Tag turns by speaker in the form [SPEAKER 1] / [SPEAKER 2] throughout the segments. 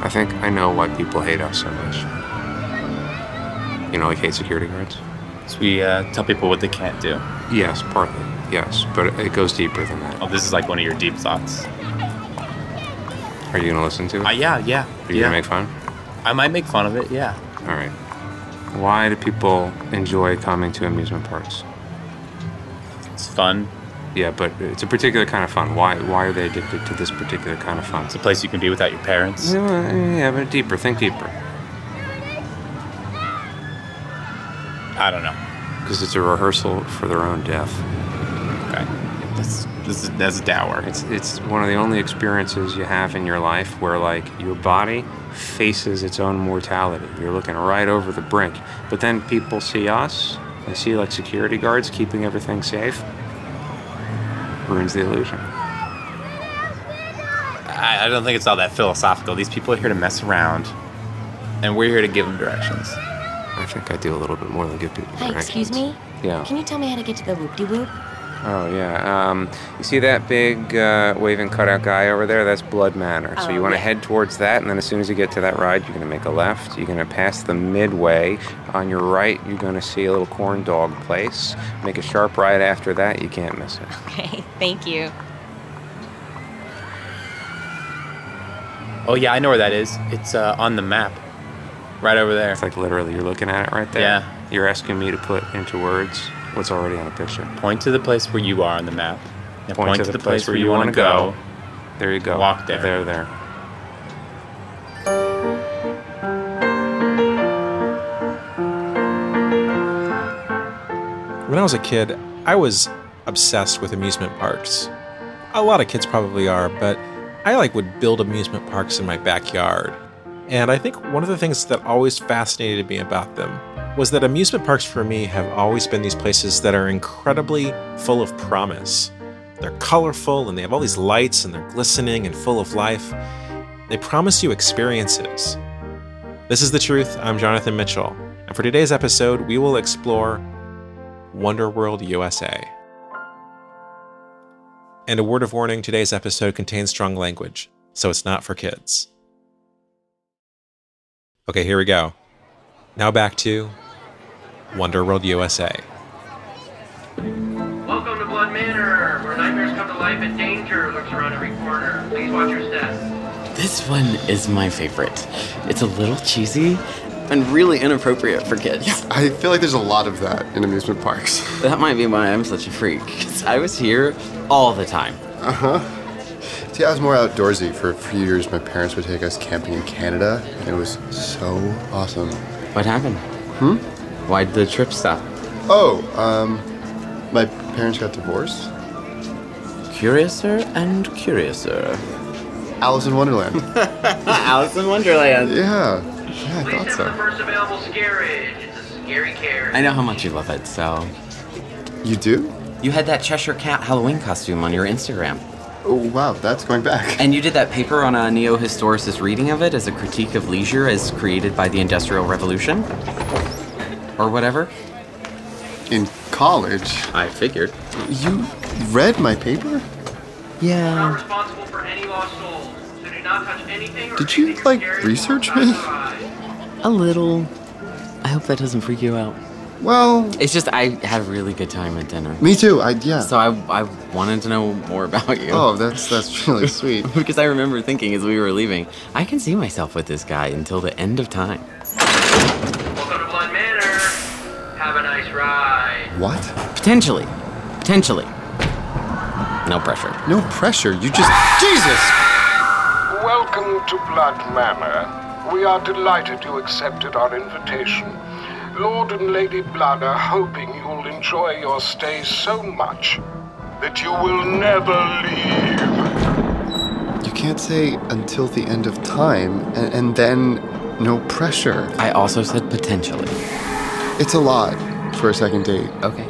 [SPEAKER 1] I think I know why people hate us so much. You know, like hate security guards?
[SPEAKER 2] So we uh, tell people what they can't do.
[SPEAKER 1] Yes, partly. Yes, but it goes deeper than that.
[SPEAKER 2] Oh, this is like one of your deep thoughts.
[SPEAKER 1] Are you gonna listen to it?
[SPEAKER 2] Uh, yeah, yeah,
[SPEAKER 1] Are you
[SPEAKER 2] yeah.
[SPEAKER 1] gonna make fun?
[SPEAKER 2] I might make fun of it. Yeah.
[SPEAKER 1] All right. Why do people enjoy coming to amusement parks?
[SPEAKER 2] It's fun.
[SPEAKER 1] Yeah, but it's a particular kind of fun. Why? Why are they addicted to this particular kind of fun?
[SPEAKER 2] It's a place you can be without your parents.
[SPEAKER 1] Yeah, yeah, but deeper. Think deeper.
[SPEAKER 2] I don't know.
[SPEAKER 1] Because it's a rehearsal for their own death.
[SPEAKER 2] Okay. That's this is that's dour.
[SPEAKER 1] It's it's one of the only experiences you have in your life where like your body faces its own mortality. You're looking right over the brink. But then people see us. They see like security guards keeping everything safe. Ruins the illusion.
[SPEAKER 2] I, I don't think it's all that philosophical. These people are here to mess around, and we're here to give them directions.
[SPEAKER 1] I think I do a little bit more than give people.
[SPEAKER 3] Hi, excuse me?
[SPEAKER 1] directions. Yeah.
[SPEAKER 3] Can you tell me how to get to the whoop de whoop?
[SPEAKER 1] Oh yeah. Um, you see that big uh, waving cutout guy over there? That's Blood Manor. so
[SPEAKER 3] Oh,
[SPEAKER 1] you want to
[SPEAKER 3] yeah.
[SPEAKER 1] head towards that, and then as soon as you get to that ride, you're gonna make a left. You're gonna pass the midway. On your right, you're gonna see a little corn dog place. Make a sharp right after that. You can't miss it.
[SPEAKER 3] Okay, thank you.
[SPEAKER 2] Oh yeah, I know where that is. It's uh, on the map, right over there.
[SPEAKER 1] It's like literally, you're looking at it right there.
[SPEAKER 2] Yeah.
[SPEAKER 1] You're asking me to put into words what's already on the picture.
[SPEAKER 2] Point to the place where you are on the map. Now point, to, the place, where you
[SPEAKER 1] wanna
[SPEAKER 2] want to go.
[SPEAKER 1] There you go.
[SPEAKER 2] Walk there.
[SPEAKER 1] There, there.
[SPEAKER 4] When I was a kid, I was obsessed with amusement parks. A lot of kids probably are, but I like would build amusement parks in my backyard. And I think one of the things that always fascinated me about them was that amusement parks for me have always been these places that are incredibly full of promise. They're colorful and they have all these lights and they're glistening and full of life. They promise you experiences. This is the truth. I'm Jonathan Mitchell. And for today's episode, we will explore Wonderworld USA. And a word of warning today's episode contains strong language, so it's not for kids. Okay, here we go. Now back to Wonderworld USA.
[SPEAKER 5] Welcome to Blood Manor, where nightmares come to life and danger lurks around every corner. Please watch your step.
[SPEAKER 6] This one is my favorite. It's a little cheesy and really inappropriate for kids.
[SPEAKER 7] I feel like there's a lot of that in amusement parks.
[SPEAKER 6] That might be why I'm such a freak. 'cause I was here all the time.
[SPEAKER 7] Uh, Uh-huh. See, I was more outdoorsy for a few years. My parents would take us camping in Canada, and it was so awesome.
[SPEAKER 6] What happened? Hmm? Why'd the trip stop?
[SPEAKER 7] Oh, um, my parents got divorced.
[SPEAKER 6] Curiouser and curiouser.
[SPEAKER 7] Alice in Wonderland.
[SPEAKER 6] Alice in Wonderland.
[SPEAKER 7] yeah, yeah, I
[SPEAKER 5] Please
[SPEAKER 7] thought
[SPEAKER 5] step the
[SPEAKER 7] so.
[SPEAKER 5] first available scary. It's a scary care.
[SPEAKER 6] I know how much you love it, so.
[SPEAKER 7] You do?
[SPEAKER 6] You had that Cheshire Cat Halloween costume on your Instagram.
[SPEAKER 7] Oh, wow, that's going back.
[SPEAKER 6] And you did that paper on a neo historicist reading of it as a critique of leisure as created by the Industrial Revolution? Or whatever?
[SPEAKER 7] In college,
[SPEAKER 6] I figured.
[SPEAKER 7] you read my paper?
[SPEAKER 5] Not
[SPEAKER 6] Yeah.
[SPEAKER 5] responsible for any lost souls, so do not touch anything. Or
[SPEAKER 7] Did you,
[SPEAKER 5] anything
[SPEAKER 7] like,
[SPEAKER 5] scary
[SPEAKER 7] research
[SPEAKER 5] outside
[SPEAKER 7] me?
[SPEAKER 5] your eyes.
[SPEAKER 6] A little. I hope that doesn't freak you out.
[SPEAKER 7] Well,
[SPEAKER 6] It's just I had a really good time at dinner.
[SPEAKER 7] me too. I yeah.
[SPEAKER 6] So I, I wanted to know more about you.
[SPEAKER 7] Oh, that's that's really sweet.
[SPEAKER 6] Because I remember thinking as we were leaving, I can see myself with this guy until the end of time.
[SPEAKER 5] Welcome to Blood Manor. Have a nice ride.
[SPEAKER 7] What?
[SPEAKER 6] Potentially. Potentially. No pressure.
[SPEAKER 7] No pressure. You just Jesus.
[SPEAKER 8] Welcome to Blood Manor. We are delighted you accepted our invitation. Lord and Lady Blood are hoping you'll enjoy your stay so much that you will never leave.
[SPEAKER 7] You can't say until the end of time and, and then no pressure.
[SPEAKER 6] I also said potentially.
[SPEAKER 7] It's a lot for a second date.
[SPEAKER 6] Okay.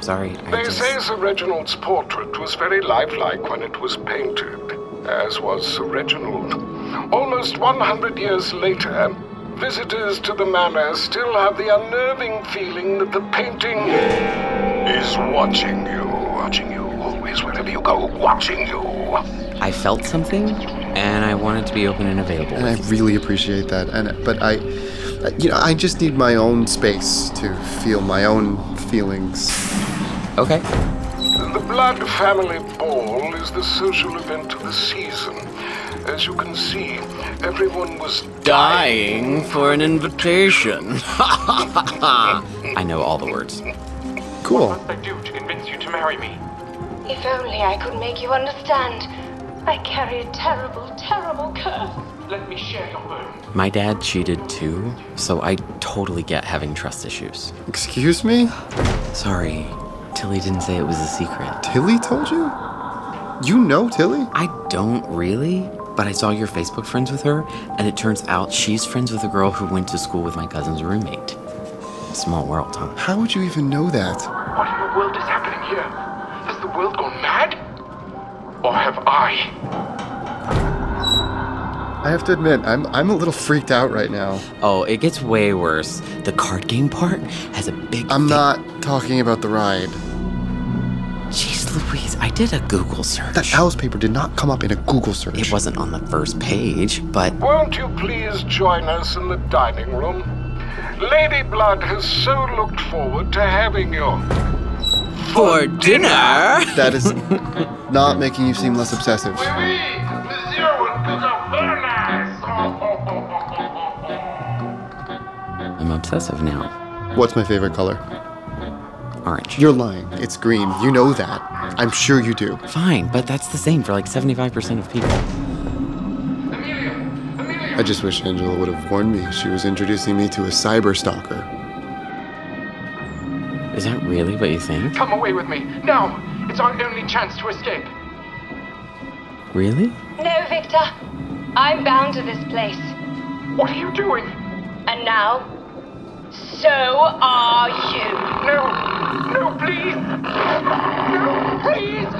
[SPEAKER 6] Sorry. I
[SPEAKER 8] They
[SPEAKER 6] just...
[SPEAKER 8] say Sir Reginald's portrait was very lifelike when it was painted, as was Sir Reginald. Almost 100 years later, visitors to the manor still have the unnerving feeling that the painting is watching you, watching you, always wherever you go, watching you.
[SPEAKER 6] I felt something and I want it to be open and available.
[SPEAKER 7] and I really appreciate that. And but I, you know, I just need my own space to feel my own feelings.
[SPEAKER 6] Okay.
[SPEAKER 8] The Blood Family Ball is the social event of the season. As you can see, everyone was
[SPEAKER 6] Dying for an invitation. I know all the words.
[SPEAKER 7] Cool.
[SPEAKER 4] I do to convince you to marry me.
[SPEAKER 9] If only I could make you understand. I carry a terrible, terrible curse.
[SPEAKER 4] Let me share your burden.
[SPEAKER 6] My dad cheated too, so I totally get having trust issues.
[SPEAKER 7] Excuse me?
[SPEAKER 6] Sorry, Tilly didn't say it was a secret.
[SPEAKER 7] Tilly told you? You know Tilly?
[SPEAKER 6] I don't really, but I saw your Facebook friends with her, and it turns out she's friends with a girl who went to school with my cousin's roommate. Small world, huh?
[SPEAKER 7] How would you even know that?
[SPEAKER 4] What in the world is happening here? Has the world gone mad? Or have I?
[SPEAKER 7] I have to admit, I'm I'm a little freaked out right now.
[SPEAKER 6] Oh, it gets way worse. The card game part has a big.
[SPEAKER 7] I'm
[SPEAKER 6] thi-
[SPEAKER 7] not talking about the ride.
[SPEAKER 6] Jeez Louise, I did a Google search.
[SPEAKER 7] That house paper did not come up in a Google search.
[SPEAKER 6] It wasn't on the first page, but
[SPEAKER 8] Won't you please join us in the dining room? Lady Blood has so looked forward to having you.
[SPEAKER 6] for dinner.
[SPEAKER 7] That is not making you seem less obsessive.
[SPEAKER 8] Oui, monsieur will pick up very
[SPEAKER 6] I'm obsessive now.
[SPEAKER 7] What's my favorite color?
[SPEAKER 6] Orange.
[SPEAKER 7] You're lying. It's green. You know that. I'm sure you do.
[SPEAKER 6] fine, but that's the same for like 75% of people.
[SPEAKER 7] I just wish Angela would have warned me she was introducing me to a cyber stalker.
[SPEAKER 6] Is that really what you think?
[SPEAKER 4] Come away with me, now! It's our only chance to escape.
[SPEAKER 6] Really?
[SPEAKER 9] No, Victor. I'm bound to this place.
[SPEAKER 4] What are you doing?
[SPEAKER 9] And now, so are you.
[SPEAKER 4] No! No, please! No, please!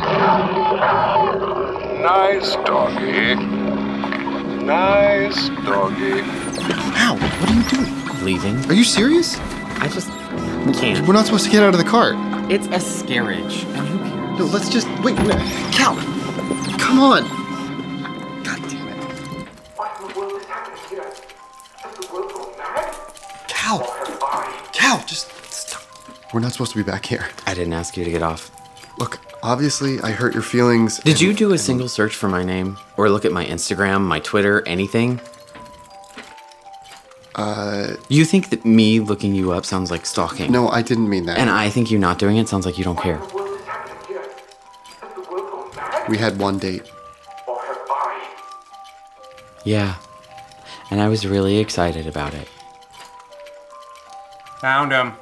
[SPEAKER 8] Nice doggy. Nice doggy.
[SPEAKER 7] Ow, what are you doing?
[SPEAKER 6] Leaving?
[SPEAKER 7] Are you serious?
[SPEAKER 6] I just
[SPEAKER 7] We're
[SPEAKER 6] can't.
[SPEAKER 7] not supposed to get out of the cart.
[SPEAKER 6] It's a scarage, and who cares?
[SPEAKER 7] No, let's just wait. wait. Cal, come on. God damn it,
[SPEAKER 4] What in the world is happening here? Has the world gone mad?
[SPEAKER 7] Cal,
[SPEAKER 4] Have I?
[SPEAKER 7] Cal, just stop. We're not supposed to be back here.
[SPEAKER 6] I didn't ask you to get off.
[SPEAKER 7] Look, obviously I hurt your feelings.
[SPEAKER 6] Did you do a single search for my name? Or look at my Instagram, my Twitter, anything? Uh. You think that me looking you up sounds like stalking?
[SPEAKER 7] No, I didn't mean that.
[SPEAKER 6] And I think you not doing it sounds like you don't care.
[SPEAKER 4] What in the world is happening here? Has the world gone mad?
[SPEAKER 7] we had one date.
[SPEAKER 4] Or have I?
[SPEAKER 6] Yeah. And I was really excited about it.
[SPEAKER 1] Found him.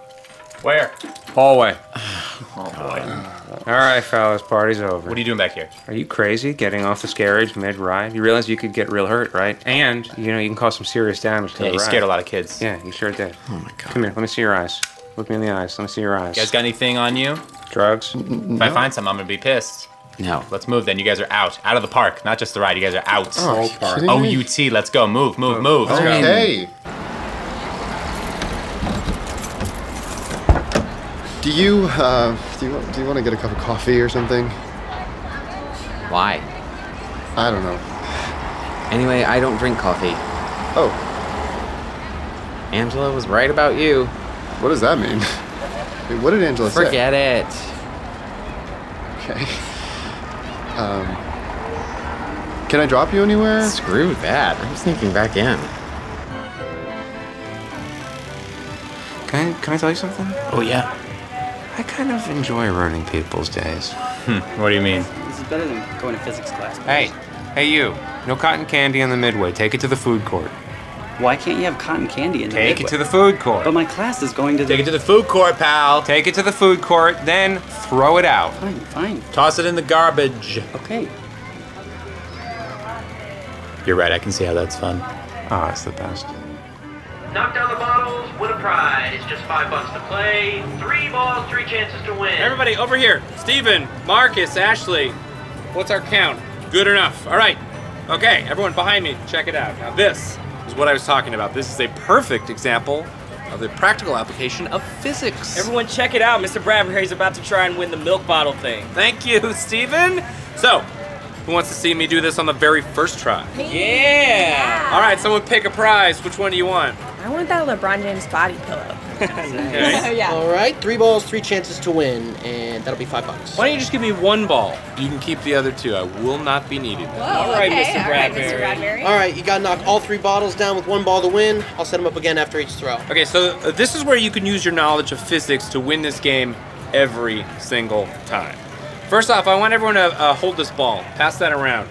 [SPEAKER 10] Where?
[SPEAKER 1] Hallway.
[SPEAKER 2] Oh,
[SPEAKER 1] All right, fellas, party's over.
[SPEAKER 10] What are you doing back here?
[SPEAKER 1] Are you crazy getting off the carriage mid ride? You realize you could get real hurt, right? And, you know, you can cause some serious damage to
[SPEAKER 10] Yeah,
[SPEAKER 1] the
[SPEAKER 10] you
[SPEAKER 1] ride.
[SPEAKER 10] scared a lot of kids.
[SPEAKER 1] Yeah, you sure did.
[SPEAKER 6] Oh my god.
[SPEAKER 1] Come here, let me see your eyes. Look me in the eyes. Let me see your eyes.
[SPEAKER 10] You guys got anything on you? If
[SPEAKER 1] Drugs?
[SPEAKER 10] I find some, I'm gonna be pissed.
[SPEAKER 6] No.
[SPEAKER 10] Let's move then. You guys are out. Out of the park. Not just the ride. You guys are out.
[SPEAKER 7] Oh, park.
[SPEAKER 10] O U T. Let's go. Move,
[SPEAKER 1] Oh,
[SPEAKER 10] move, move. Let's go.
[SPEAKER 7] Okay. Do you uh, do you want, do you want to get a cup of coffee or something?
[SPEAKER 6] Why?
[SPEAKER 7] I don't know.
[SPEAKER 6] Anyway, I don't drink coffee.
[SPEAKER 7] Oh,
[SPEAKER 6] Angela was right about you.
[SPEAKER 7] what does that mean? Wait, what did Angela say?
[SPEAKER 6] Forget it.
[SPEAKER 7] Okay. Um, can I drop you anywhere?
[SPEAKER 6] Screw that. I'm sneaking back in.
[SPEAKER 1] Can I, can I tell you something?
[SPEAKER 10] Oh, yeah.
[SPEAKER 1] I kind of enjoy ruining people's days.
[SPEAKER 10] Hmm, What do you mean?
[SPEAKER 11] This is better than going to physics class.
[SPEAKER 1] Hey, hey, you. No cotton candy on the midway. Take it to the food court.
[SPEAKER 11] Why can't you have cotton candy in the
[SPEAKER 1] Take it
[SPEAKER 11] Midway?
[SPEAKER 1] to the food court.
[SPEAKER 11] But my class is going to the.
[SPEAKER 10] Take it to the food court, pal.
[SPEAKER 1] Take it to the food court, then throw it out.
[SPEAKER 11] Fine, fine.
[SPEAKER 10] Toss it in the garbage.
[SPEAKER 11] Okay.
[SPEAKER 10] You're right. I can see how that's fun.
[SPEAKER 1] Oh, it's the best.
[SPEAKER 4] Knock down the bottles, win a prize. Just five bucks to play. Three balls, three chances to win.
[SPEAKER 2] Everybody over here. Steven, Marcus, Ashley. What's our count? Good enough. All right. Okay, everyone behind me, check it out. Now, this is what I was talking about. This is a perfect example of the practical application of physics. Everyone, check it out. Mr. Bradbury's about to try and win the milk bottle thing. Thank you, Steven. So, Who wants to see me do this on the very first try?
[SPEAKER 12] Yeah.
[SPEAKER 2] All right, someone pick a prize. Which one do you want?
[SPEAKER 12] I want that LeBron James body pillow.
[SPEAKER 2] Okay.
[SPEAKER 12] yeah.
[SPEAKER 5] All right, three balls, three chances to win, and that'll be five bucks.
[SPEAKER 2] Why don't you just give me one ball? You can keep the other two. I will not be needed.
[SPEAKER 12] All right, okay, Mr. all right, Mr. Bradbury. Bradbury.
[SPEAKER 5] All right, you gotta knock all three bottles down with one ball to win. I'll set them up again after each throw.
[SPEAKER 2] Okay, so uh, this is where you can use your knowledge of physics to win this game every single time. First off, I want everyone to uh, hold this ball. Pass that around.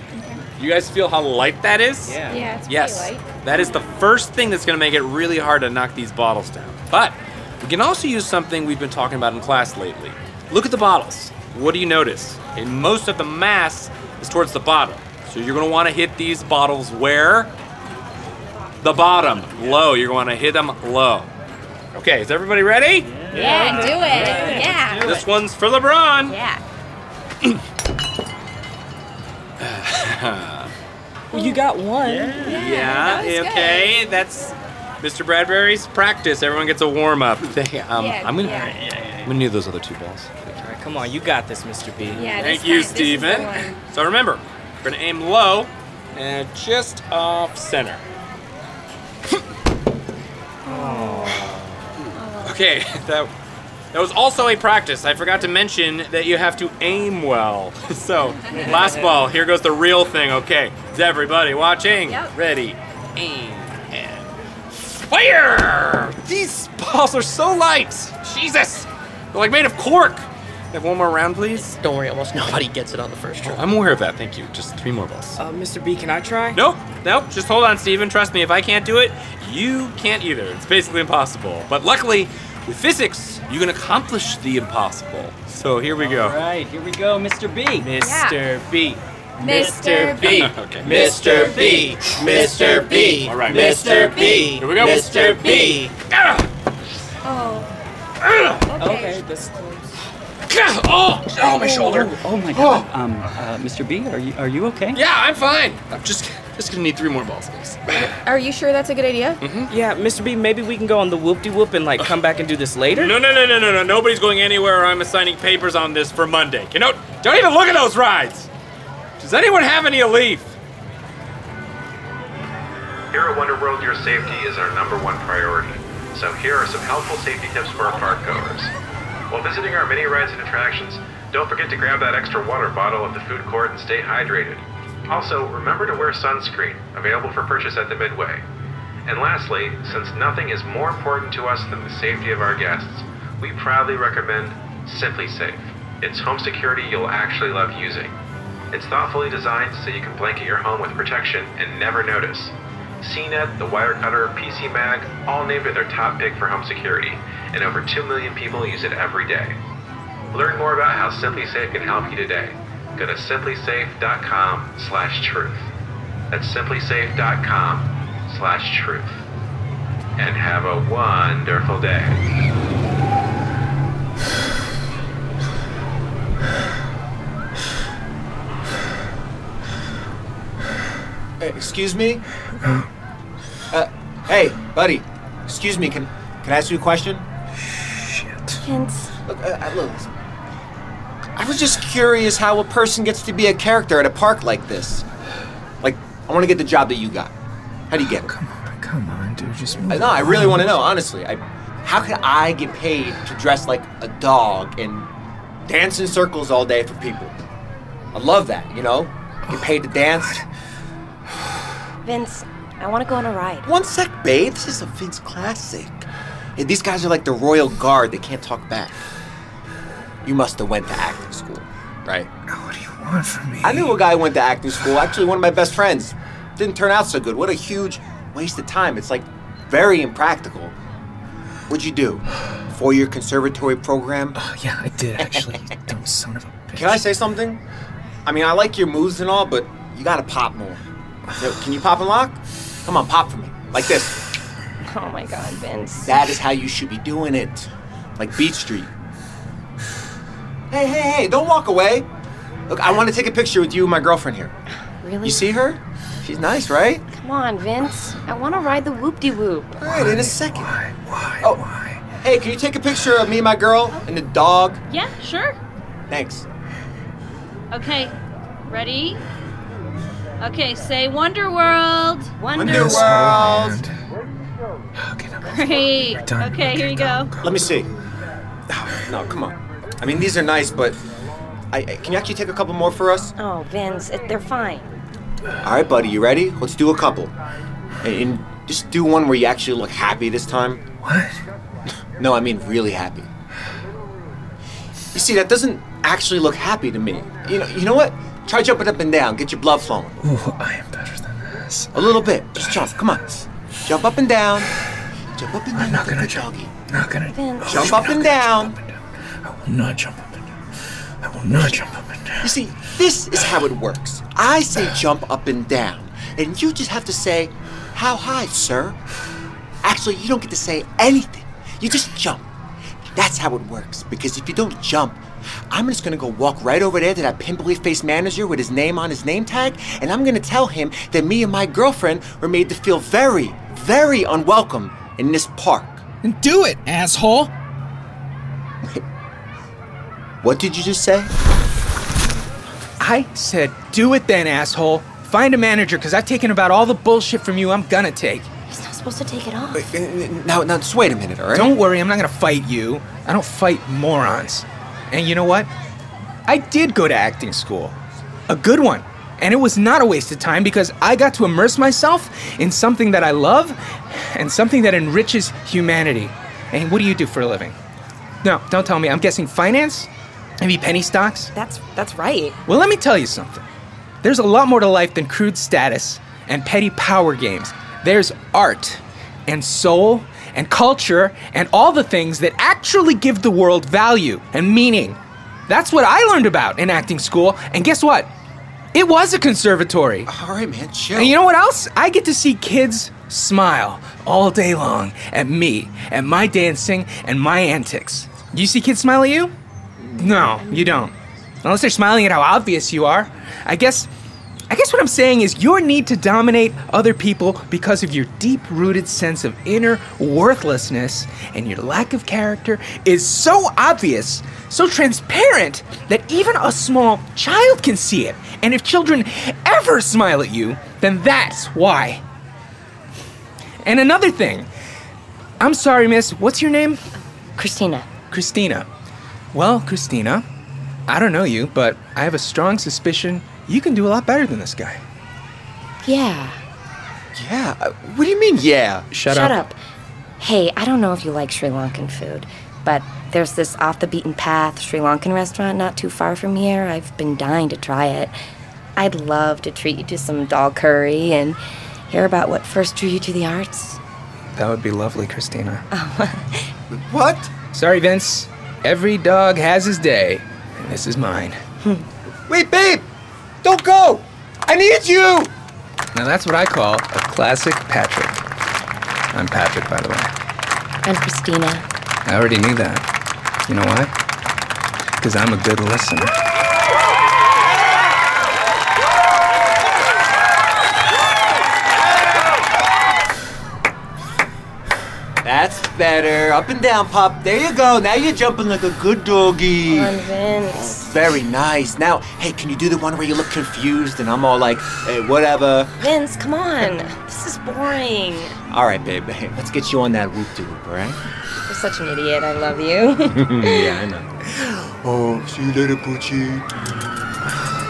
[SPEAKER 2] You guys feel how light that is?
[SPEAKER 12] Yeah. Yeah, it's pretty
[SPEAKER 2] yes.
[SPEAKER 12] light.
[SPEAKER 2] That is the first thing that's going to make it really hard to knock these bottles down. But we can also use something we've been talking about in class lately. Look at the bottles. What do you notice? And most of the mass is towards the bottom. So you're going to want to hit these bottles where? The bottom, low. You're going to hit them low. Okay, is everybody ready?
[SPEAKER 3] Yeah, do it. Yeah.
[SPEAKER 2] This one's for LeBron.
[SPEAKER 3] Yeah.
[SPEAKER 2] yeah,
[SPEAKER 12] Well, you got one. Yeah. that was
[SPEAKER 2] okay. That's Mr. Bradbury's practice. Everyone gets a warm up. um,
[SPEAKER 12] Yeah,
[SPEAKER 2] I'm gonna,
[SPEAKER 12] yeah.
[SPEAKER 2] I'm gonna need those other two balls.
[SPEAKER 6] Come on, you got this, Mr. B.
[SPEAKER 12] Yeah, this
[SPEAKER 2] Thank you,
[SPEAKER 12] time- this is the
[SPEAKER 2] Steven.
[SPEAKER 12] one.
[SPEAKER 2] So remember, we're gonna aim low and just off center.
[SPEAKER 12] Oh.
[SPEAKER 2] Okay, that that was also a practice. I forgot to mention that you have to aim well. So last ball, here goes the real thing. Okay, is everybody watching?
[SPEAKER 12] Yep.
[SPEAKER 2] Ready, aim, and fire! These balls are so light. Jesus, they're like made of cork. Have one more round, please.
[SPEAKER 5] Don't worry, almost nobody gets it on the first try.
[SPEAKER 2] I'm aware of that. Thank you. Just three more balls.
[SPEAKER 6] Uh, Mr. B, can I try?
[SPEAKER 2] Nope, nope. Just hold on, Steven. Trust me, if I can't do it, you can't either. It's basically impossible. But luckily, with physics, you can accomplish the impossible. So here we go.
[SPEAKER 6] All right, here we go, Mr. B. Mr. B.
[SPEAKER 12] Mr. B.
[SPEAKER 2] Okay.
[SPEAKER 12] Mr. B. Mr. B.
[SPEAKER 2] All right.
[SPEAKER 12] Mr. B.
[SPEAKER 2] Here we go.
[SPEAKER 12] Mr. B.
[SPEAKER 3] Oh.
[SPEAKER 6] Okay, this close.
[SPEAKER 2] Oh, oh my shoulder.
[SPEAKER 6] Oh, oh my god. Um, uh, Mr. B, are you are you okay?
[SPEAKER 2] Yeah, I'm fine. I'm just just gonna need three more balls.
[SPEAKER 12] Are you sure that's a good idea?
[SPEAKER 2] Mm-hmm.
[SPEAKER 6] Yeah, Mr. B, maybe we can go on the whoop de whoop and like come back and do this later.
[SPEAKER 2] No, no, no, no, no, no. Nobody's going anywhere. I'm assigning papers on this for Monday. You know, don't even look at those rides. Does anyone have any leaf?
[SPEAKER 13] Here at Wonder World, your safety is our number one priority. So here are some helpful safety tips for our park goers. While visiting our many rides and attractions, don't forget to grab that extra water bottle at the food court and stay hydrated. Also, remember to wear sunscreen, available for purchase at the Midway. And lastly, since nothing is more important to us than the safety of our guests, we proudly recommend Simply Safe. It's home security you'll actually love using. It's thoughtfully designed so you can blanket your home with protection and never notice. CNET, E The Wire Cutter, PC Mag, all named it their top pick for home security, and over 2 million people use it every day. Learn more about how Simply Safe can help you today. Go to simplysafe.com slash truth. That's simplysafe.com slash truth. And have a wonderful day.
[SPEAKER 14] Hey, excuse me? Uh, hey, buddy. Excuse me, can can I ask you a question?
[SPEAKER 15] Kent.
[SPEAKER 14] Look, uh, uh, look. I was just curious how a person gets to be a character at a park like this. Like, I want to get the job that you got. How do you get it?
[SPEAKER 16] Come on, dude, just
[SPEAKER 14] I- No, I really want to know, honestly. I, how can I get paid to dress like a dog and dance in circles all day for people? I love that, you know? Get paid to dance.
[SPEAKER 3] Vince, I want to go on a ride.
[SPEAKER 14] One sec, babe. This is a Vince classic. Hey, these guys are like the royal guard. They can't talk back. You must have went to acting school, right?
[SPEAKER 16] want from me.
[SPEAKER 14] I knew a guy who went to acting school. Actually, one of my best friends. Didn't turn out so good. What a huge waste of time. It's like very impractical. What'd you do? Four-year conservatory program? Oh,
[SPEAKER 16] yeah, I did actually. Dumb son of a bitch.
[SPEAKER 14] Can I say something? I mean, I like your moves and all, but you gotta pop more. Yo, can you pop and lock? Come on, pop for me. Like this.
[SPEAKER 12] Oh my God, Vince.
[SPEAKER 14] That is how you should be doing it. Like Beach Street. Hey, hey, hey, don't walk away. Look, I want to take a picture with you and my girlfriend here.
[SPEAKER 3] Really?
[SPEAKER 14] You see her? She's nice, right?
[SPEAKER 3] Come on, Vince. I want to ride the whoop de whoop.
[SPEAKER 14] All right, in a second. Why, why, oh. Hey, can you take a picture of me and my girl and the dog?
[SPEAKER 17] Yeah, sure.
[SPEAKER 14] Thanks.
[SPEAKER 17] Okay, ready?
[SPEAKER 18] Okay, say Wonder World. Wonder
[SPEAKER 14] Yes, World.
[SPEAKER 18] Great.
[SPEAKER 14] done.
[SPEAKER 18] Okay, here you go.
[SPEAKER 14] Let me see. No, come on. I mean, these are nice, but I, I- can you actually take a couple more for us?
[SPEAKER 3] Oh, Vince, it, they're fine.
[SPEAKER 14] All right, buddy, you ready? Let's do a couple, and, and just do one where you actually look happy this time. What? No, I mean really happy. You see, that doesn't actually look happy to me. You know, you know what? Try jumping up and down. Get your blood flowing.
[SPEAKER 16] Ooh, I am better than this.
[SPEAKER 14] A little bit. Just jump. Come on. Jump up and down. Jump up and down.
[SPEAKER 16] I'm not gonna jump. Oh, Not gonna
[SPEAKER 3] Vince.
[SPEAKER 14] Jump up and down.
[SPEAKER 16] will not jump up and down. I will not jump up.
[SPEAKER 14] You see, this is how it works. I say jump up and down, and you just have to say, How high, sir? Actually, you don't get to say anything. You just jump. That's how it works, because if you don't jump, I'm just gonna go walk right over there to that pimply faced manager with his name on his name tag, and I'm gonna tell him that me and my girlfriend were made to feel very, very unwelcome in this park.
[SPEAKER 16] And do it, asshole.
[SPEAKER 14] What did you just say?
[SPEAKER 16] I said, do it then, asshole. Find a manager, because I've taken about all the bullshit from you I'm gonna take.
[SPEAKER 3] He's not supposed to take it off.
[SPEAKER 14] Now, now, just wait a minute, all right?
[SPEAKER 16] Don't worry, I'm not gonna fight you. I don't fight morons. And you know what? I did go to acting school. A good one. And it was not a waste of time because I got to immerse myself in something that I love and something that enriches humanity. And what do you do for a living? No, don't tell me. I'm guessing finance? Maybe penny stocks?
[SPEAKER 19] That's that's right.
[SPEAKER 16] Well, let me tell you something. There's a lot more to life than crude status and petty power games. There's art and soul and culture and all the things that actually give the world value and meaning. That's what I learned about in acting school, and guess what? It was a conservatory.
[SPEAKER 14] All right, man, chill.
[SPEAKER 16] And you know what else? I get to see kids smile all day long at me, at my dancing, and my antics. You see kids smile at you? No, you don't. Unless they're smiling at how obvious you are. I guess I guess what I'm saying is your need to dominate other people because of your deep-rooted sense of inner worthlessness and your lack of character is so obvious, so transparent that even a small child can see it. And if children ever smile at you, then that's why. And another thing. I'm sorry, miss. What's your name?
[SPEAKER 3] Christina.
[SPEAKER 16] Christina. Well, Christina, I don't know you, but I have a strong suspicion you can do a lot better than this guy.
[SPEAKER 3] Yeah.
[SPEAKER 14] Yeah. uh, What do you mean, yeah?
[SPEAKER 16] Shut
[SPEAKER 3] Shut
[SPEAKER 16] up.
[SPEAKER 3] up. Hey, I don't know if you like Sri Lankan food, but there's this off the beaten path Sri Lankan restaurant not too far from here. I've been dying to try it. I'd love to treat you to some dal curry and hear about what first drew you to the arts.
[SPEAKER 16] That would be lovely, Christina.
[SPEAKER 14] what?
[SPEAKER 16] Sorry, Vince. Every dog has his day, and this is mine.
[SPEAKER 14] Wait, babe! Don't go! I need you!
[SPEAKER 16] Now, that's what I call a classic Patrick. I'm Patrick, by the way.
[SPEAKER 3] I'm Christina.
[SPEAKER 16] I already knew that. You know why? Because I'm a good listener.
[SPEAKER 14] That's better. Up and down, Pop. There you go. Now you're jumping like a good doggy.
[SPEAKER 3] Vince.
[SPEAKER 14] Very nice. Now, hey, can you do the one where you look confused and I'm all like, hey, whatever?
[SPEAKER 3] Vince, come on. This is boring.
[SPEAKER 14] All right, babe. Hey, let's get you on that whoop de whoop, all right?
[SPEAKER 3] You're such an idiot. I love you.
[SPEAKER 14] yeah, I know.
[SPEAKER 7] Oh, see you later, Poochie.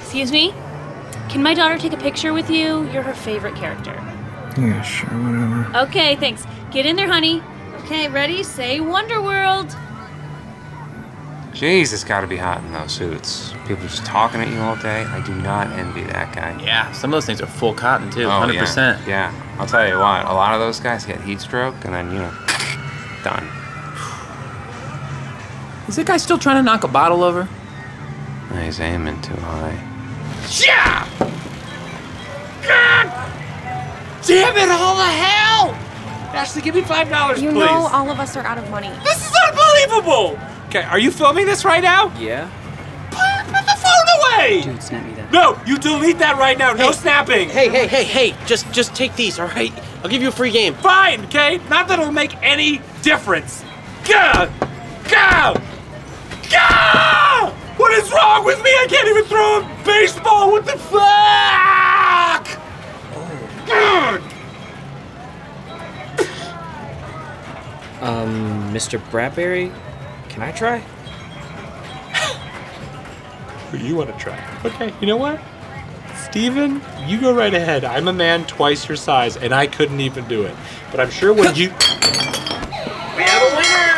[SPEAKER 18] Excuse me? Can my daughter take a picture with you? You're her favorite character.
[SPEAKER 16] Yeah, sure, whatever.
[SPEAKER 18] Okay, thanks. Get in there, honey. Okay, ready? Say Wonder World.
[SPEAKER 1] Jeez, it's got to be hot in those suits. People just talking at you all day. I do not envy that guy.
[SPEAKER 10] Yeah, some of those things are full cotton too.
[SPEAKER 1] Oh, yeah.
[SPEAKER 10] 100%.
[SPEAKER 1] Yeah. I'll tell you what. A lot of those guys get heat stroke, and then you know, done.
[SPEAKER 10] Is that guy still trying to knock a bottle over?
[SPEAKER 1] He's aiming too high.
[SPEAKER 10] Yeah! Damn it all the hell! Ashley, give me five dollars,
[SPEAKER 19] You
[SPEAKER 10] please.
[SPEAKER 19] know all of us are out of money.
[SPEAKER 10] this is unbelievable. Okay, are you filming this right now?
[SPEAKER 11] Yeah.
[SPEAKER 10] Put the phone away.
[SPEAKER 11] Dude, snap me that.
[SPEAKER 10] No, you delete that right now. No snapping.
[SPEAKER 20] Hey, hey, hey, hey! Just, just take these, all right? I'll give you a free game.
[SPEAKER 10] Fine, okay? Not that it'll make any difference. Go! Go! Go!
[SPEAKER 21] What is wrong with me? I can't even throw a baseball. What the fuck? God.
[SPEAKER 22] Um, Mr. Bradbury, can I try?
[SPEAKER 21] You want to try? Okay, you know what? Steven, you go right ahead. I'm a man twice your size, and I couldn't even do it. But I'm sure when you.
[SPEAKER 20] We have a winner!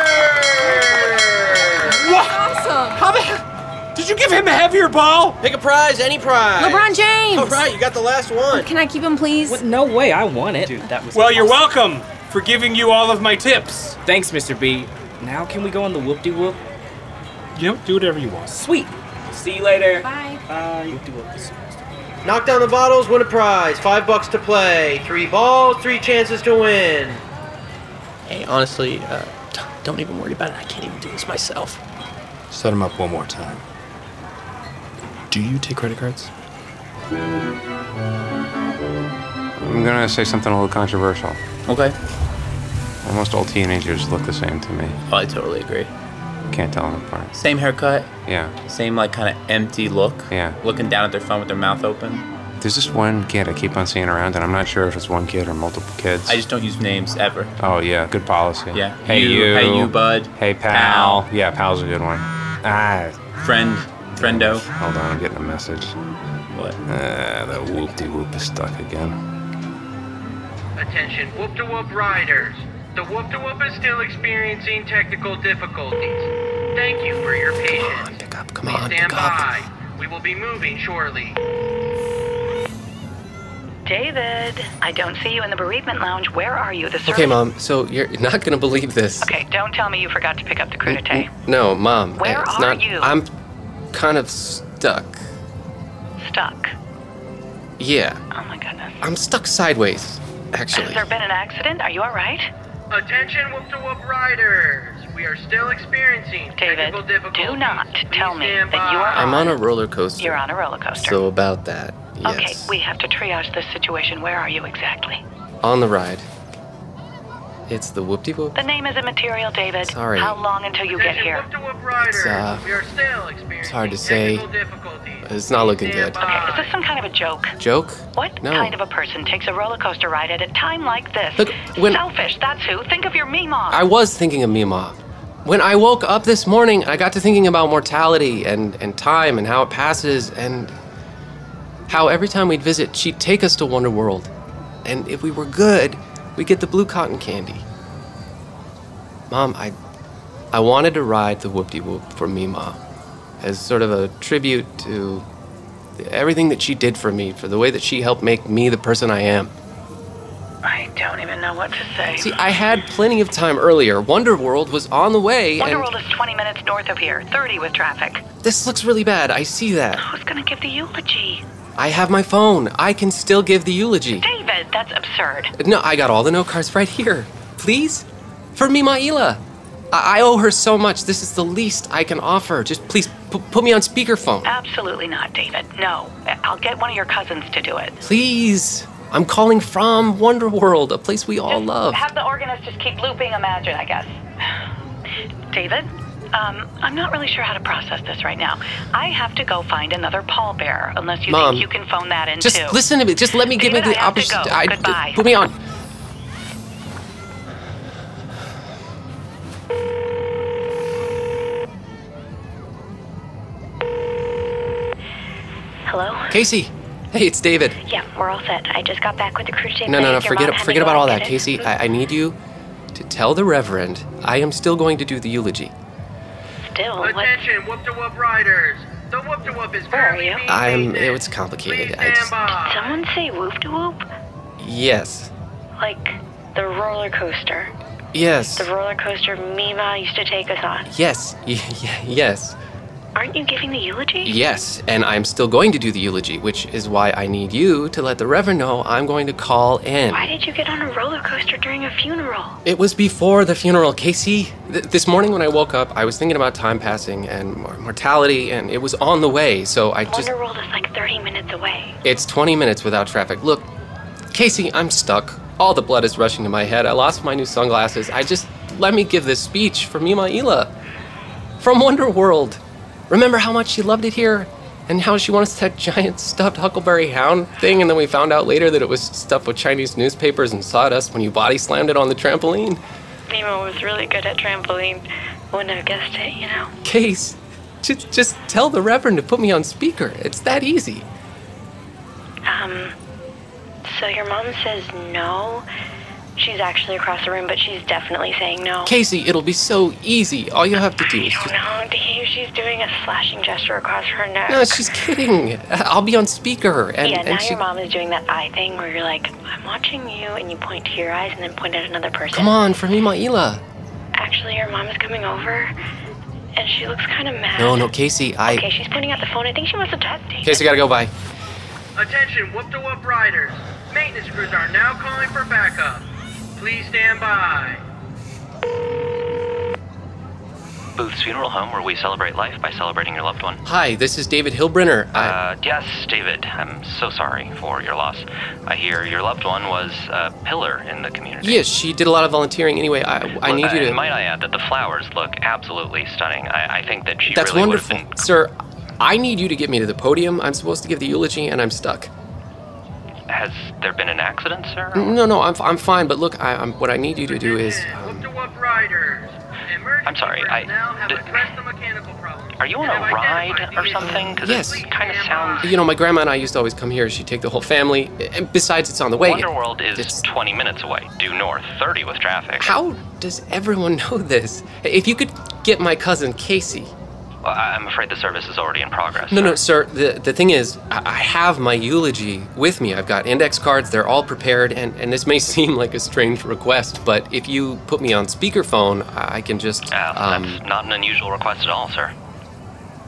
[SPEAKER 21] What?
[SPEAKER 20] Awesome!
[SPEAKER 21] How the hell? Did you give him a heavier ball?
[SPEAKER 20] Pick a prize, any prize.
[SPEAKER 19] LeBron James!
[SPEAKER 20] All right, you got the last one.
[SPEAKER 19] Can I keep him, please?
[SPEAKER 22] no way, I want it. Dude, that was.
[SPEAKER 2] Well, you're welcome for giving you all of my tips.
[SPEAKER 22] Thanks, Mr. B. Now can we go on the whoop de whoop?
[SPEAKER 21] Yep, do whatever you want.
[SPEAKER 22] Sweet. See you later.
[SPEAKER 19] Bye.
[SPEAKER 22] Bye. Whoop de whoop.
[SPEAKER 20] Knock down the bottles, win a prize. Five bucks to play. Three balls, three chances to win.
[SPEAKER 23] Hey, honestly, uh, d- don't even worry about it. I can't even do this myself.
[SPEAKER 12] Set him up one more time. Do you take credit cards?
[SPEAKER 1] I'm gonna say something a little controversial.
[SPEAKER 23] Okay.
[SPEAKER 1] Almost all teenagers look the same to me.
[SPEAKER 23] Oh, I totally agree.
[SPEAKER 1] Can't tell them apart.
[SPEAKER 23] Same haircut,
[SPEAKER 1] Yeah.
[SPEAKER 23] same like kind of empty look.
[SPEAKER 1] Yeah.
[SPEAKER 23] Looking down at their phone with their mouth open.
[SPEAKER 1] There's this one kid I keep on seeing around, and I'm not sure if it's one kid or multiple kids.
[SPEAKER 23] I just don't use names ever.
[SPEAKER 1] Oh yeah, good policy.
[SPEAKER 23] Yeah.
[SPEAKER 1] Hey you.
[SPEAKER 23] You- hey, you, bud.
[SPEAKER 1] Hey pal. Yeah, pal's a good one. Ah.
[SPEAKER 23] Friend. Friendo.
[SPEAKER 1] Hold on, I'm getting a message.
[SPEAKER 23] What?
[SPEAKER 1] Uh, the whoop de whoop is stuck again.
[SPEAKER 5] Attention whoop to whoop riders. The whoop to whoop is still experiencing technical difficulties. Thank you for your patience. Come on, pick up, come on, stand by. We will be moving shortly.
[SPEAKER 24] David, I don't see you in the bereavement lounge. Where are you? The
[SPEAKER 12] Okay, mom. So you're not gonna believe this.
[SPEAKER 24] Okay, don't tell me you forgot to pick up the crudite.
[SPEAKER 12] No, mom.
[SPEAKER 24] Where
[SPEAKER 12] it's
[SPEAKER 24] are
[SPEAKER 12] not,
[SPEAKER 24] you?
[SPEAKER 12] I'm kind of stuck. Mm-hmm.
[SPEAKER 24] Stuck.
[SPEAKER 12] Yeah.
[SPEAKER 24] Oh my goodness.
[SPEAKER 12] I'm stuck sideways,
[SPEAKER 24] Has
[SPEAKER 12] actually.
[SPEAKER 24] there been an accident? Are you all right?
[SPEAKER 5] Attention whoop to whoop riders. We are still experiencing
[SPEAKER 24] David,
[SPEAKER 5] technical difficulties.
[SPEAKER 24] do not tell me
[SPEAKER 5] stand
[SPEAKER 24] that you are.
[SPEAKER 12] I'm on a roller coaster.
[SPEAKER 24] You're on a roller coaster.
[SPEAKER 12] So about that. Yes.
[SPEAKER 24] Okay, we have to triage this situation. Where are you exactly?
[SPEAKER 12] On the ride. It's the whoop de whoop.
[SPEAKER 24] The name is immaterial, David.
[SPEAKER 12] Sorry.
[SPEAKER 24] How long until you get here?
[SPEAKER 12] It's, uh, it's hard to say. but It's not looking good.
[SPEAKER 24] Okay, is this some kind of a joke?
[SPEAKER 12] Joke?
[SPEAKER 24] What
[SPEAKER 12] No.
[SPEAKER 24] kind of a person takes a roller coaster ride at a time like this?
[SPEAKER 12] Look, when-
[SPEAKER 24] Selfish, that's who. Think of your me mom.
[SPEAKER 12] I was thinking of Mima. When I woke up this morning, I got to thinking about mortality and, and time and how it passes and how every time we'd visit, she'd take us to Wonder World. And if we were good, we'd get the blue cotton candy. Mom, I, I wanted to ride the whoop de whoop for Mima as sort of a tribute to everything that she did for me, for the way that she helped make me the person I am.
[SPEAKER 24] I don't even know what to say.
[SPEAKER 12] See, I had plenty of time earlier. Wonder World was on the way, and
[SPEAKER 24] Wonderworld is 20 minutes north of here, 30 with traffic.
[SPEAKER 12] this looks really bad. I see that.
[SPEAKER 24] Who's gonna give the eulogy?
[SPEAKER 12] I have my phone. I can still give the eulogy.
[SPEAKER 24] David, that's absurd.
[SPEAKER 12] No, I got all the note cards right here. Please? For me, Maila. I-, I owe her so much. This is the least I can offer. Just please p- put me on speakerphone.
[SPEAKER 24] Absolutely not, David. No. I'll get one of your cousins to do it.
[SPEAKER 12] Please. I'm calling from Wonder World, a place we all love.
[SPEAKER 24] Have the organist just keep looping Imagine, I guess. David, um, I'm not really sure how to process this right now. I have to go find another pallbearer, unless you
[SPEAKER 12] Mom,
[SPEAKER 24] think you can phone that in
[SPEAKER 12] Just
[SPEAKER 24] too.
[SPEAKER 12] listen to me. Just let me give me
[SPEAKER 24] David,
[SPEAKER 12] the
[SPEAKER 24] I have to go.
[SPEAKER 12] opportunity.
[SPEAKER 24] Goodbye.
[SPEAKER 12] put me on.
[SPEAKER 25] Hello?
[SPEAKER 12] Casey. Hey, it's David.
[SPEAKER 25] Yeah, we're all set. I just got back with the crew today.
[SPEAKER 12] No, no, no.
[SPEAKER 25] Your
[SPEAKER 12] Forget
[SPEAKER 25] mom
[SPEAKER 12] it.
[SPEAKER 25] had
[SPEAKER 12] Forget
[SPEAKER 25] me go
[SPEAKER 12] about all
[SPEAKER 25] and
[SPEAKER 12] that,
[SPEAKER 25] get it.
[SPEAKER 12] Casey. I, I need you to tell the Reverend I am still going to do the eulogy.
[SPEAKER 25] Still,
[SPEAKER 5] Attention whoop to whoop riders. The whoop to whoop is currently being
[SPEAKER 12] I'm.
[SPEAKER 5] maintenance.
[SPEAKER 12] It's complicated. I
[SPEAKER 25] Did
[SPEAKER 12] just.
[SPEAKER 25] someone say whoop de whoop?
[SPEAKER 12] Yes.
[SPEAKER 25] Like the roller coaster.
[SPEAKER 12] Yes.
[SPEAKER 25] The roller coaster Mima used to take us on.
[SPEAKER 12] Yes. Y- y- yes.
[SPEAKER 25] Aren't you giving the eulogy?
[SPEAKER 12] Yes. And I'm still going to do the eulogy, which is why I need you to let the Reverend know I'm going to call in.
[SPEAKER 25] Why did you get on a roller coaster during a funeral?
[SPEAKER 12] It was before the funeral, Casey. Th- this morning when I woke up, I was thinking about time passing and mor- mortality, and it was on the way, so I just.
[SPEAKER 25] Wonder World is like 30 minutes away.
[SPEAKER 12] It's 20 minutes without traffic. Look, Casey, I'm stuck. All the blood is rushing to my head. I lost my new sunglasses. I just let me give this speech for Mima Ila from Wonder World. Remember how much she loved it here? And how she wanted that giant stuffed huckleberry hound thing, and then we found out later that it was stuffed with Chinese newspapers and sawdust when you body slammed it on the trampoline?
[SPEAKER 25] Nemo was really good at trampoline. Wouldn't have guessed it, you know.
[SPEAKER 12] Case, just, just tell the Reverend to put me on speaker. It's that easy.
[SPEAKER 25] Um, so your mom says no. She's actually across the room, but she's definitely saying no.
[SPEAKER 12] Casey, it'll be so easy. All you have to do is just.
[SPEAKER 25] No, Dave, she's doing a slashing gesture across her neck.
[SPEAKER 12] No, she's kidding. I'll be on speaker. And,
[SPEAKER 25] yeah, now
[SPEAKER 12] and she...
[SPEAKER 25] your mom is doing that eye thing where you're like, I'm watching you, and you point to your eyes and then point at another person.
[SPEAKER 12] Come on, for me, Ma'ila.
[SPEAKER 25] Actually, your mom is coming over, and she looks kind of mad.
[SPEAKER 12] No, no, Casey, I.
[SPEAKER 25] Okay, she's pointing at the phone. I think she wants to talk to you.
[SPEAKER 12] Casey, gotta go. Bye.
[SPEAKER 5] Attention, whoop to whoop riders. Maintenance crews are now calling for backup. Please stand by.
[SPEAKER 26] Booth's Funeral Home, where we celebrate life by celebrating your loved one.
[SPEAKER 12] Hi, this is David Hilbrenner. I...
[SPEAKER 26] Uh, yes, David, I'm so sorry for your loss. I hear your loved one was a pillar in the community.
[SPEAKER 12] Yes, she did a lot of volunteering anyway. I, I
[SPEAKER 26] Look,
[SPEAKER 12] need you
[SPEAKER 26] uh,
[SPEAKER 12] to.
[SPEAKER 26] Might I add that the flowers look absolutely stunning. I, I think that she
[SPEAKER 12] That's
[SPEAKER 26] really would have
[SPEAKER 12] wonderful.
[SPEAKER 26] been...
[SPEAKER 12] Sir, I need you to get me to the podium. I'm supposed to give the eulogy, and I'm stuck.
[SPEAKER 26] Has there been an accident, sir?
[SPEAKER 12] No, no, I'm, I'm fine, but look, I, I'm, what I need you to do is. um,
[SPEAKER 26] I'm sorry, I... d- Are you on a ride or something? 'Cause
[SPEAKER 12] Yes.
[SPEAKER 26] it kind of sounds...
[SPEAKER 12] You know, my grandma and I used to always come here. She'd take the whole family. And besides, it's on the way.
[SPEAKER 26] Wonderworld is 20 minutes away, due north, 30 with traffic.
[SPEAKER 12] How does everyone know this? If you could get my cousin Casey.
[SPEAKER 26] Well, I- I'm afraid the service is already in progress.
[SPEAKER 12] No, no, sir. The, the thing is, I I have my eulogy with me. I've got index cards. They're all prepared. And, and this may seem like a strange request, but if you put me on speakerphone, I I can
[SPEAKER 26] Oh,
[SPEAKER 12] just. um,
[SPEAKER 26] Not an unusual request at all, sir.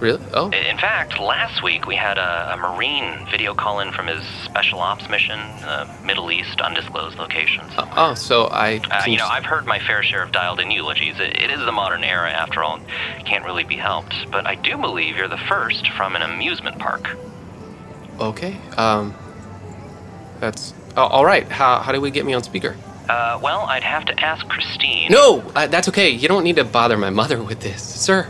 [SPEAKER 12] really? Oh.
[SPEAKER 26] I- In fact, last week we had a, a Marine video call in from his special ops mission, uh, Middle East, undisclosed locations.
[SPEAKER 12] Oh, so I.
[SPEAKER 26] Uh, you know, I've heard my fair share of dialed in eulogies. It, it is the modern era, after all, and can't really be helped. But I do believe you're the first from an amusement park.
[SPEAKER 12] Okay. Um. That's. Oh, all right. How, how do we get me on speaker?
[SPEAKER 26] Uh, well, I'd have to ask Christine.
[SPEAKER 12] No, uh, that's okay. You don't need to bother my mother with this, sir.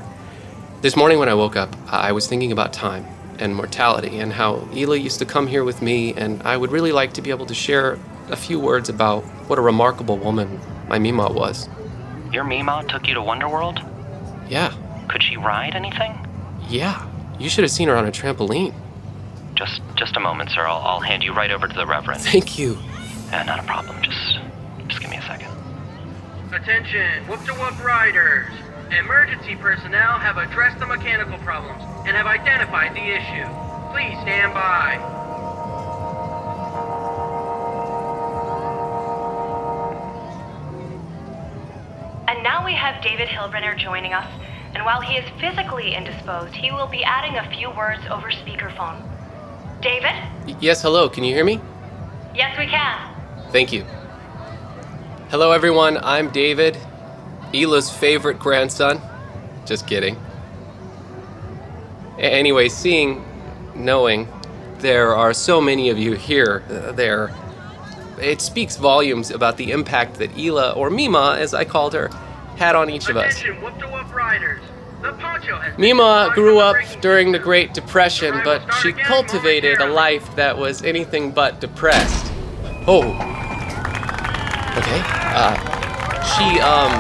[SPEAKER 12] This morning when I woke up, I I was thinking about time and mortality and how Ela used to come here with me, and I would really like to be able to share a few words about what a remarkable woman my Mima was.
[SPEAKER 26] Your Mima took you to Wonderworld?
[SPEAKER 12] Yeah,
[SPEAKER 26] Could she ride anything?
[SPEAKER 12] yeah. You should have seen her on a trampoline.
[SPEAKER 26] Just, just a moment, sir. I'll, I'll hand you right over to the Reverend.
[SPEAKER 12] Thank you.
[SPEAKER 26] Uh, not a problem. Just, just give me a second.
[SPEAKER 5] Attention, whoop to whoop riders. Emergency personnel have addressed the mechanical problems and have identified the issue. Please stand by.
[SPEAKER 25] And now we have David Hilbrenner joining us, and while he is physically indisposed, he will be adding a few words over speakerphone. David?
[SPEAKER 12] Y- yes, hello. Can you hear me?
[SPEAKER 25] Yes, we can.
[SPEAKER 12] Thank you. Hello, everyone. I'm David, Ela's favorite grandson. Just kidding. A- Anyway, seeing, knowing, there are so many of you here, uh, there. It speaks volumes about the impact that Ela, or Mima as I called her, had on each of us.
[SPEAKER 5] Attention, whoop to whoop riders. The poncho has been
[SPEAKER 12] Mima
[SPEAKER 5] dislodged
[SPEAKER 12] grew
[SPEAKER 5] from the
[SPEAKER 12] up
[SPEAKER 5] braking
[SPEAKER 12] during the Great Depression, but she
[SPEAKER 5] again
[SPEAKER 12] cultivated a life that was anything but depressed. Oh. Okay. Uh, she, um,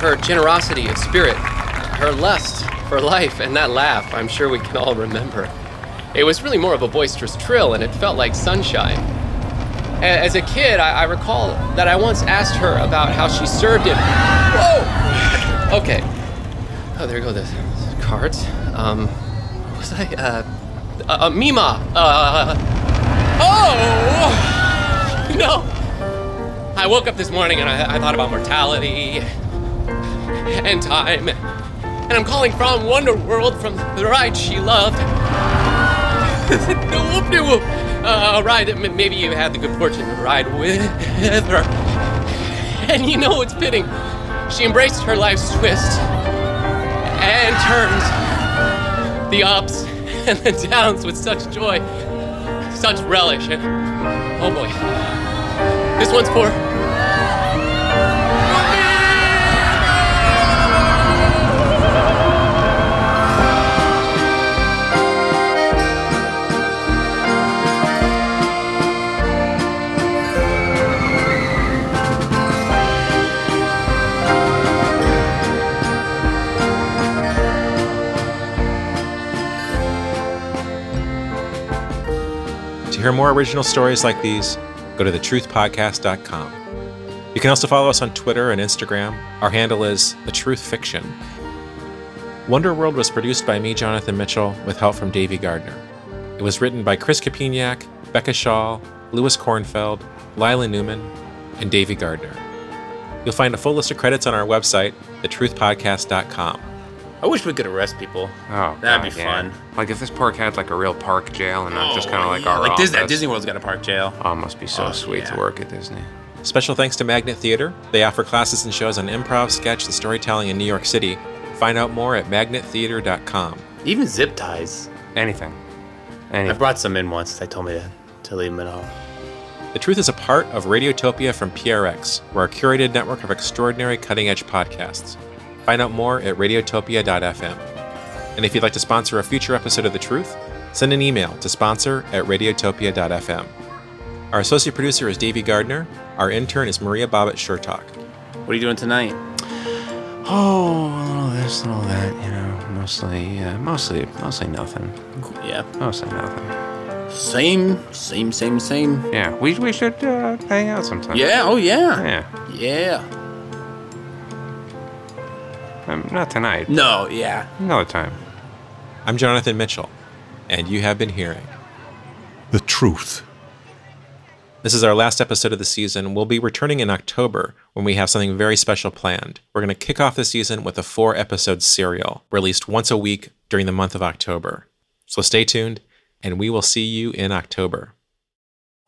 [SPEAKER 12] her generosity of spirit, her lust for life, and that laugh, I'm sure we can all remember. It was really more of a boisterous trill, and it felt like sunshine. A- As a kid, I, I recall that I once asked her about how she served it. Whoa! Okay. Oh, there go the cards. Um, what was I? Uh, uh, uh Mima. Uh, oh! No! I woke up this morning and I, I thought about mortality and time. And I'm calling from Wonder World from the ride she loved. no whoop de whoop. Uh, a ride that m- maybe you had the good fortune to ride with her. And you know what's fitting? She embraced her life's twist and turns the ups and the downs with such joy, such relish. And, oh boy. This one's for.
[SPEAKER 4] hear more original stories like these, go to thetruthpodcast.com. You can also follow us on Twitter and Instagram. Our handle is The Truth Fiction. Wonder World was produced by me, Jonathan Mitchell, with help from Davey Gardner. It was written by Chris Kapiniak, Becca Shaw, Lewis Kornfeld, Lila Newman, and Davey Gardner. You'll find a full list of credits on our website, thetruthpodcast.com.
[SPEAKER 10] I wish we could arrest people.
[SPEAKER 1] Oh,
[SPEAKER 10] That'd be
[SPEAKER 1] God, yeah.
[SPEAKER 10] fun.
[SPEAKER 1] Like if this park had like a real park jail and not just kind of Oh, like our
[SPEAKER 10] like Disney,
[SPEAKER 1] office.
[SPEAKER 10] Disney World's got a park jail.
[SPEAKER 1] Oh, it must be so sweet to work at Disney.
[SPEAKER 4] Special thanks to Magnet Theater. They offer classes and shows on improv, sketch, and storytelling in New York City. Find out more at magnettheater.com.
[SPEAKER 10] Even zip ties.
[SPEAKER 1] Anything.
[SPEAKER 10] I brought some in once. They told me to, to leave them at home.
[SPEAKER 4] The Truth is a part of Radiotopia from PRX, we're a curated network of extraordinary cutting edge podcasts. Find out more at radiotopia.fm. And if you'd like to sponsor a future episode of The Truth, send an email to sponsor at radiotopia.fm. Our associate producer is Davey Gardner. Our intern is Maria Bobbitt Shertok.
[SPEAKER 10] What are you doing tonight?
[SPEAKER 1] Oh, a little this, a little that, you know. Mostly, uh, mostly, mostly nothing.
[SPEAKER 10] Yeah. oh,
[SPEAKER 1] Mostly nothing.
[SPEAKER 10] Same, same, same, same.
[SPEAKER 1] Yeah, we, we should uh, hang out sometime.
[SPEAKER 10] Yeah, oh, yeah.
[SPEAKER 1] Yeah.
[SPEAKER 10] Yeah.
[SPEAKER 1] Um, not tonight.
[SPEAKER 10] No, yeah.
[SPEAKER 1] Another time.
[SPEAKER 4] I'm Jonathan Mitchell, and you have been hearing
[SPEAKER 6] The Truth.
[SPEAKER 4] This is our last episode of the season. We'll be returning in October when we have something very special planned. We're going to kick off the season with a four episode serial released once a week during the month of October. So stay tuned, and we will see you in October.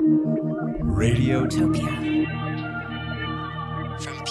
[SPEAKER 6] Radiotopia.
[SPEAKER 8] From